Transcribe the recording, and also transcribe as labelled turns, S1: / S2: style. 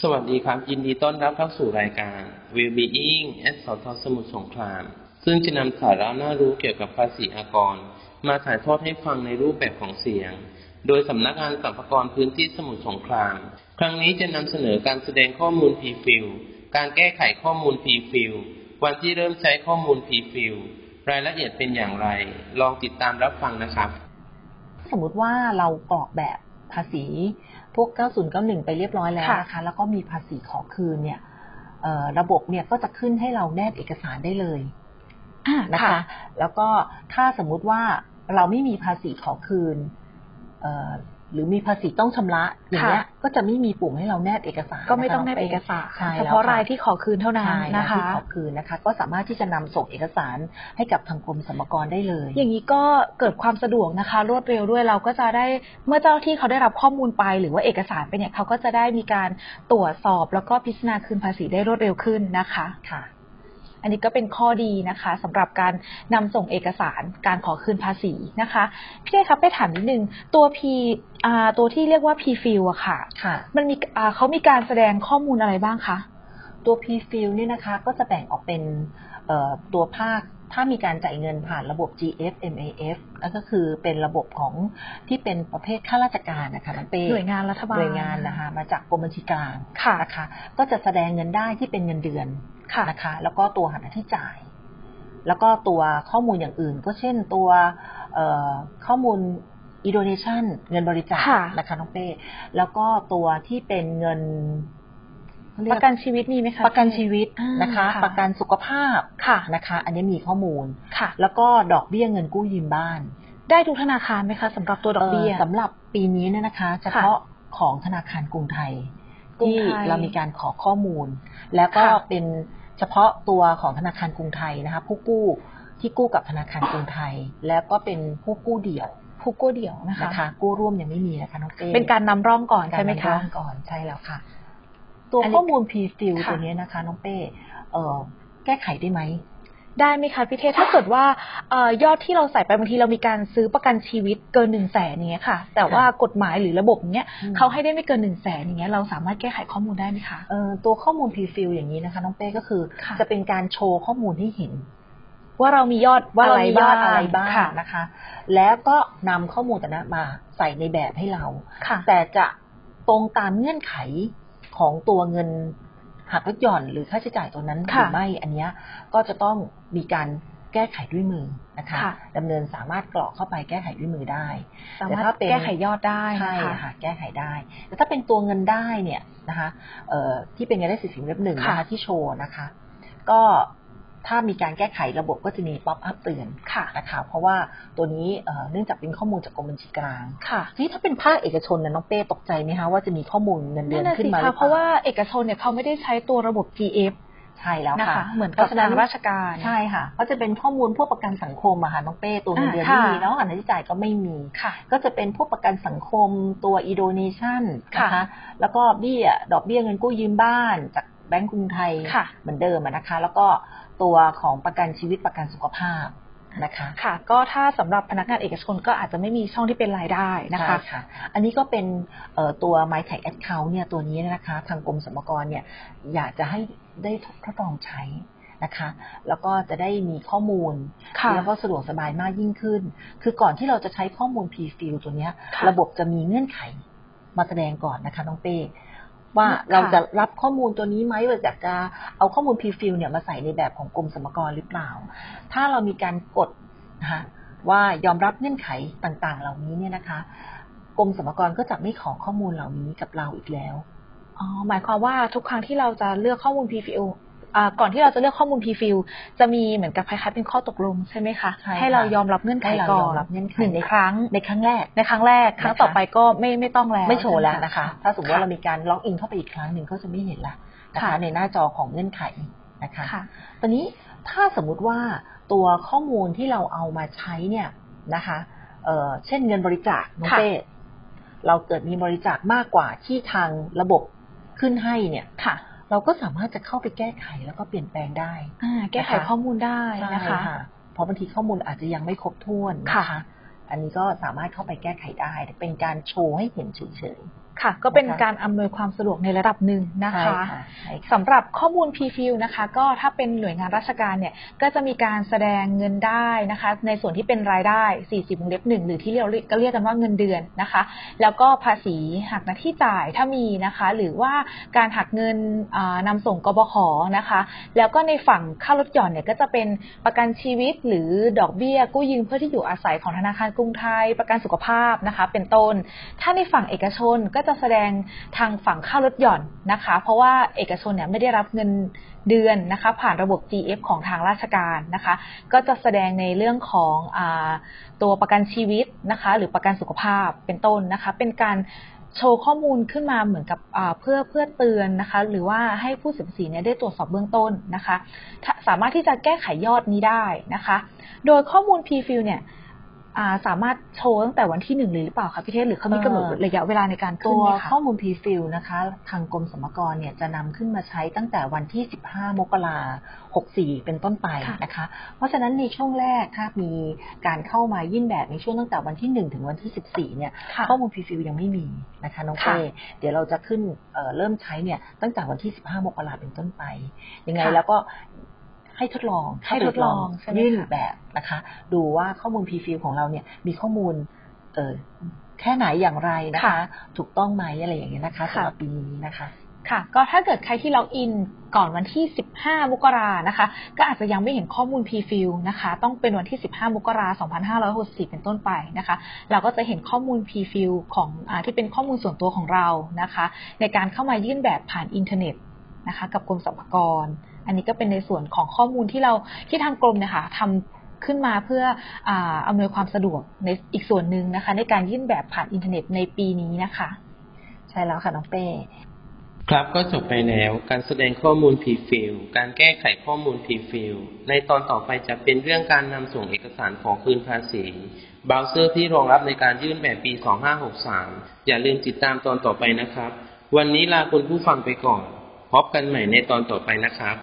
S1: สวัสดีครับ ยินดีต้อนรับเข้าสู่รายการ Will Being at สทสมุทรสงคราม ซึ่งจะนำสาระน่ารู้เกี่ยวกับภาษีอากร มาถ่ายทอดให้ฟังในรูปแบบของเสียง โดยสำนักงานสรรพากรพื้นที่สมุทรสงคราม ครั้งนี้จะนำเสนอการแสดงข้อมูล p f i l การแก้ไขข้อมูล p f i l วันที่เริ่มใช้ข้อมูล p f i l รายละเอียดเป็นอย่างไร ลองติดตามรับฟังนะครับ
S2: สมมุติว่าเรากรอกแบบภาษี พวก 9091 ไปเรียบร้อยแล้ว
S3: ค่ะ
S2: นะคะ แล้วก็มีภาษีขอคืนเนี่ยเอ่อระบบเนี่ยก็จะขึ้นให้เราแนบเอกสารได้เลย
S3: อ่า
S2: นะคะ แล้วก็ถ้าสมมุติว่าเราไม่มีภาษีขอคืนเอ่อหรือมีภาษีต้องชำระอย่างเงี้ยก็จะไม่มีปุ่มให้เราแนบเอกสาร
S3: ก็ไม่ต้องแน
S2: นะคะ
S3: บเอกสาร
S2: ใช่
S3: เฉ
S2: แล้ว
S3: พาะ
S2: ค่
S3: รายที่ขอคืนเท่านั้น
S2: ใช่ราย
S3: นะคะ
S2: ที่ขอคืนนะคะ ก็สามารถที่จะนำส่งเอกสารให้กับทางกรมสรรพากรได้เลย
S3: อย่างนี้ก็เกิดความสะดวกนะคะ รวดเร็วด้วยเราก็จะได้เมื่อเจ้าหน้าที่เขาได้รับข้อมูลไป หรือว่าเอกสารไปเนี่ยเขาก็จะได้มีการตรวจสอบแล้วก็พิจารณาคืนภาษีได้รวดเร็วขึ้นนะคะ
S2: ค่ะ
S3: อันนี้ก็เป็นข้อดีนะคะสำหรับการนำส่งเอกสารการขอคืนภาษีนะคะพี่เอ๊ครับไปถามนิดนึงตัว P อ่าตัวที่เรียกว่า P fill อะค่ะ
S2: ค่ะ
S3: มันมีอ่าเขามีการแสดงข้อมูลอะไรบ้างคะ
S2: ตัว P-Fill เนี่ยนะคะก็จะแบ่งออกเป็นเอ่อตัวภาค ถ้ามีการจ่ายเงินผ่านระบบ GF MAF แล้วก็คือเป็นระบบของที่เป็นประเภทข้าราชการนะคะมันเป็น
S3: หน่วยงานรัฐบาล
S2: หน่วยงานนะคะมาจากกรมบัญชีกลาง
S3: ค่ะ
S2: นะคะก็จะแสดงเงินได้ที่เป็นเงินเดือน
S3: ค่ะ
S2: นะคะแล้วก็ตัวหันที่จ่าย แล้วก็ตัวข้อมูลอย่างอื่น ก็เช่นตัวเอ่อข้อมูล e d o n a t i o n เงินบริจาค
S3: ค่ะ
S2: นะคะน้องเป้แล้วก็ตัวที่เป็นเงินเขาเย
S3: ประกันชีวิตมีไหมคะ
S2: ประกันชีวิต
S3: อ่าน
S2: นะคะ
S3: ค่ะ
S2: ประกันสุขภาพ
S3: ค่ะ
S2: นะคะ อันนี้มีข้อมูล
S3: ค่ะ
S2: แล้วก็ดอกเบี้ยเงินกู้ยืมบ้าน
S3: ได้ทุกธนาคารไหมคะสำหรับตัวดอกเบี้ย
S2: เสำหรับปีนี้เนี่ยนะคะ เฉพาะของธนาคารกรุงไทย
S3: กรุง
S2: ที่
S3: ไทย
S2: เรามีการขอข้อมูล แล้วก็
S3: ค่ะ
S2: เป็นเฉพาะตัวของธนาคารกรุงไทยนะคะผู้กู้ที่กู้กับธนาคารกรุงไทย แล้วก็เป็นผู้กู้เดี่ยว
S3: ผู้กู้เดี่ยวนะคะ
S2: นะคะ กู้ร่วมยังไม่มีนะคะน้องเต้
S3: เป็นการนำร่องก่อน
S2: กา
S3: ใช่
S2: ร
S3: ไหม
S2: นำ
S3: คะ
S2: ร่องก่อนใช่แล้วค่ะ ตัว
S3: อันนี้
S2: ข้อมูล p f i l
S3: ค่ะ
S2: ตัวเนี้ยนะคะ น้องเป้เอ่อแก้ไขได้ไหม
S3: ได้ไหมคะพี่เทศถ้าเกิดว่าเอ่อยอดที่เราใส่ไปบางทีเรามีการซื้อประกันชีวิตเกินหนึ่งแสนอย่างเงี้ยค่ะ แต่ว่ากฎหมายหรือระบบอย่างเงี้ย
S2: อืม
S3: เขาให้ได้ไม่เกินหนึ่งแสนอย่างเงี้ยเราสามารถแก้ไขข้อมูลได้ไหมคะ
S2: เอ่อตัวข้อมูล p f i l อย่างนี้นะคะ น้องเป้ก็คือ
S3: ค่ะ
S2: จะเป็นการโชว์ข้อมูลให้เห็น
S3: ว่าเรามียอด
S2: ว่าเรามียอดอะไรบ้าง
S3: ค่ะ
S2: นะคะ แล้วก็นำข้อมูลแต่นั้นมาใส่ในแบบให้เรา
S3: ค่ะ
S2: แต่จะตรงตามเงื่อนไขของตัวเงินหักลดหย่อนหรือค่าใช้จ่ายตัวนั้นห
S3: ค่ะ
S2: รือไม่อันเนี้ยก็จะต้องมีการแก้ไขด้วยมือนะคะ
S3: ค่ะ
S2: ดำเนินสามารถกรอกเข้าไปแก้ไขด้วยมือได้
S3: สา
S2: แต่
S3: มาร
S2: ถ้า
S3: ถ
S2: เป็น
S3: แก้ไขยอดได้
S2: ใช่
S3: นะคะ
S2: ค่ะแก้ไขได้ แต่ถ้าเป็นตัวเงินได้เนี่ยนะคะเอ่อที่เป็นเงินได้สิทธิ์สินเว็บหนึ่งนะคะ
S3: ค่ะ
S2: ที่โชว์นะคะ ก็ถ้ามีการแก้ไขระบบก็จะมีป๊อปอัพเตือน
S3: ค่ะ
S2: นะคะเพราะว่าตัวนี้เอ่อเนื่องจากเป็นข้อมูลจากกรมบัญชีกลาง
S3: ค่ะ
S2: ทีนี้ถ้าเป็นภาคเอกชนนะน้องเป้ตกใจไหมคะว่าจะมีข้อมูลเงินเดื
S3: นั่
S2: อน น
S3: น่ะ
S2: ขึ้
S3: สิ
S2: นมาหอป
S3: คะ
S2: ล่
S3: เพราะว่าเอกชนเนี่ยเขาไม่ได้ใช้ตัวระบบ GF
S2: ใช่แล้ว
S3: นะ
S2: ค่ะ
S3: คะ เหมือน
S2: เพ
S3: กับ
S2: ราะฉะนั้
S3: ทาน งราชการ
S2: ใช่ค่ะก็จะเป็นข้อมูลพวกประกันสังคมอะค่ะน้องเป้ตัวเงินเดือนไม่
S3: อ่าค่ะ
S2: มีเนาะอันนี้จ่ายก็ไม่มี
S3: ค่ะ
S2: ก็จะเป็นพวกประกันสังคมตัวอีโดเนชั่นนะ
S3: ค่ะ
S2: คะ แล้วก็เบี้ยดอกเบี้ยเงินกู้ยืมบ้าน จากแบงก์กรุงไทย
S3: ค่ะ
S2: เหมือนเดิมอะนะคะ แล้วก็ตัวของประกันชีวิตประกันสุขภาพนะคะ
S3: ค่ะ ก็ถ้าสำหรับพนักงานเอกชนก็อาจจะไม่มีช่องที่เป็นรายได้นะ
S2: ใช่
S3: คะ
S2: ค่ะ อันนี้ก็เป็นเอ่อตัว My Tax Account เนี่ยตัวนี้นะคะ ทางกรมสรรพากรเนี่ยอยากจะให้ได้ทดลองใช้นะคะ แล้วก็จะได้มีข้อมูล
S3: ค่ะ
S2: แล้วก็สะดวกสบายมากยิ่งขึ้น คือก่อนที่เราจะใช้ข้อมูล P-Fill ตัวเนี้ย
S3: ค่ะ
S2: ระบบจะมีเงื่อนไขมาแสดงก่อนนะคะน้องเป้ว่าเราจะรับข้อมูลตัวนี้ไหมว่าจะจะเอาข้อมูล P-Fill เนี่ยมาใส่ในแบบของกรมสรรพากรหรือเปล่า ถ้าเรามีการกดนะคะว่ายอมรับเงื่อนไขต่างๆ เหล่านี้เนี่ยนะคะกรมสรรพากรก็จะไม่ขอข้อมูลเหล่านี้กับเราอีกแล้ว
S3: อ๋อ หมายความว่าทุกครั้งที่เราจะเลือกข้อมูล PFIL อ่าก่อนที่เราจะเลือกข้อมูล PFIL จะมีเหมือนกับคล้ายๆเป็นข้อตกลงใช่ไหมคะ
S2: ใช่ค่ะ
S3: เรายอมรับเงื่อนไข
S2: ให้เรา
S3: ก่อย
S2: อน มรับเงื่อนไข
S3: หนึ่ง
S2: ใน
S3: ครั้ง
S2: ในครั้งแรก
S3: ในครั้งแรก ครั้ง
S2: นะคะ
S3: ต่อไปก็ไม่ไม่ต้องแล้ว
S2: ไม่โชว์แล้ว
S3: ใไหม
S2: นะคะ ถ้าสมมติว่า
S3: ค่ะ
S2: เรามีการล็อกอินเข้าไปอีกครั้งหนึ่งก็จะไม่เห็นละนะคะ
S3: ค่ะ
S2: ในหน้าจอของเงื่อนไขนะคะ
S3: ค่ะ
S2: ตอนนี้ถ้าสมมุติว่าตัวข้อมูลที่เราเอามาใช้เนี่ยนะคะเอ่อเช่นเงินบริจาคน้อง
S3: ค่ะ
S2: เป้เราเกิดมีบริจาคมากกว่าที่ทางระบบขึ้นให้เนี่ย
S3: ค่ะ
S2: เราก็สามารถจะเข้าไปแก้ไขแล้วก็เปลี่ยนแปลงได้
S3: อ่าแก้ไข
S2: นะคะ
S3: ข้อมูลได้นะคะ
S2: เพราะบางทีข้อมูลอาจจะยังไม่ครบถ้วนนะคะ อันนี้ก็สามารถเข้าไปแก้ไขได้ เป็นการโชว์ให้เห็นเฉยๆ
S3: ค่ะ ก็เป็น
S2: นะคะ
S3: การอำนวยความสะดวกในระดับหนึ่งนะ
S2: ใช่
S3: คะ
S2: ค่ะใช่ค่ะ
S3: สำหรับข้อมูล P-Fill นะคะ ก็ถ้าเป็นหน่วยงานราชการเนี่ย ก็จะมีการแสดงเงินได้นะคะ ในส่วนที่เป็นรายได้ 40วงเล็บหนึ่งหรือที่เราเรียกก็เรียกกันว่าเงินเดือนนะคะ แล้วก็ภาษีหักหน้าที่จ่ายถ้ามีนะคะ หรือว่าการหักเงินอ่านำส่งกบขนะคะ แล้วก็ในฝั่งค่าลดหย่อนเนี่ยก็จะเป็นประกันชีวิตหรือดอกเบี้ยกู้ยืมเพื่อที่อยู่อาศัยของธนาคารกรุงไทย ประกันสุขภาพนะคะ เป็นต้น ถ้าในฝั่งเอกชนก็จะแสดงทางฝั่งค่าลดหย่อนนะคะ เพราะว่าเอกชนเนี่ยไม่ได้รับเงินเดือนนะคะ ผ่านระบบ GF ของทางราชการนะคะ ก็จะแสดงในเรื่องของอาตัวประกันชีวิตนะคะ หรือประกันสุขภาพเป็นต้นนะคะ เป็นการโชว์ข้อมูลขึ้นมาเหมือนกับอ่าเพื่อเพื่อเตือนนะคะ หรือว่าให้ผู้เสียภาษีเนี่ยได้ตรวจสอบเบื้องต้นนะคะถ้าสามารถที่จะแก้ไขยอดนี้ได้นะคะ โดยข้อมูล P-Fill เนี่ยอ่าสามารถโชว์ตั้งแต่วันที่หนึ่งเลยหรือเปล่าคะพี่เทศหรือเขามีกำหนด
S2: เอ่อ
S3: ระยะเวลาในการขึ้
S2: ตั
S3: น
S2: ว
S3: ไหมคะ
S2: ข้อมูล P-Fill นะคะ ทางกรมสรรพากรเนี่ยจะนำขึ้นมาใช้ตั้งแต่วันที่ 15 มกราคม64 เป็นต้นไป
S3: ค่ะ
S2: นะคะ เพราะฉะนั้นในช่วงแรกถ้ามีการเข้ามายื่นแบบในช่วงตั้งแต่วันที่ 1 ถึงวันที่ 14 เนี่ย
S3: ค่ะ
S2: ข้อมูล P-Fill ยังไม่มีนะคะน้อง
S3: ค่ะ
S2: เต้เดี๋ยวเราจะขึ้นเอ่อเริ่มใช้เนี่ยตั้งแต่วันที่ 15 มกราคมเป็นต้นไป ยังไงแล้วก็ให้ทดลอง
S3: ให้ทดลองใช่ไหม
S2: ยื่น
S3: คะ
S2: แบบนะคะ ดูว่าข้อมูล P-Fill ของเราเนี่ยมีข้อมูลเออแค่ไหนอย่างไรนะคะ
S3: ค่ะ
S2: ถูกต้องไหมอะไรอย่างเงี้ยนะคะ
S3: ค่ะ
S2: สำหรับปีนี้นะคะ
S3: ค่ะ ก็ถ้าเกิดใครที่ล็อกอินก่อนวันที่ 15 มกรานะคะ ก็อาจจะยังไม่เห็นข้อมูล P-Fill นะคะ ต้องเป็นวันที่ 15 มกรา2564 เป็นต้นไปนะคะ เราก็จะเห็นข้อมูล P-Fill ของอาที่เป็นข้อมูลส่วนตัวของเรานะคะ ในการเข้ามายื่นแบบผ่านอินเทอร์เน็ตนะคะ กับกรมสรรพากร อันนี้ก็เป็นในส่วนของข้อมูลที่เราที่ทางกรมเนะคะทำขึ้นมาเพื่ออาอำนวยความสะดวกในอีกส่วนหนึ่งนะคะ ในการยื่นแบบผ่านอินเทอร์เน็ตในปีนี้นะคะ
S2: ใช่แล้วค่ะน้องเป้
S1: ครับก็จบไปแล้วการแสดงข้อมูล P-Fill การแก้ไขข้อมูล P-Fill ในตอนต่อไปจะเป็นเรื่องการนำส่งเอกสารขอคืนภาษีเบราว์เซอร์ที่รองรับในการยื่นแบบปี 2563 อย่าลืมติดตามตอนต่อไปนะครับ วันนี้ลาคุณผู้ฟังไปก่อน พบกันใหม่ในตอนต่อไปนะครับ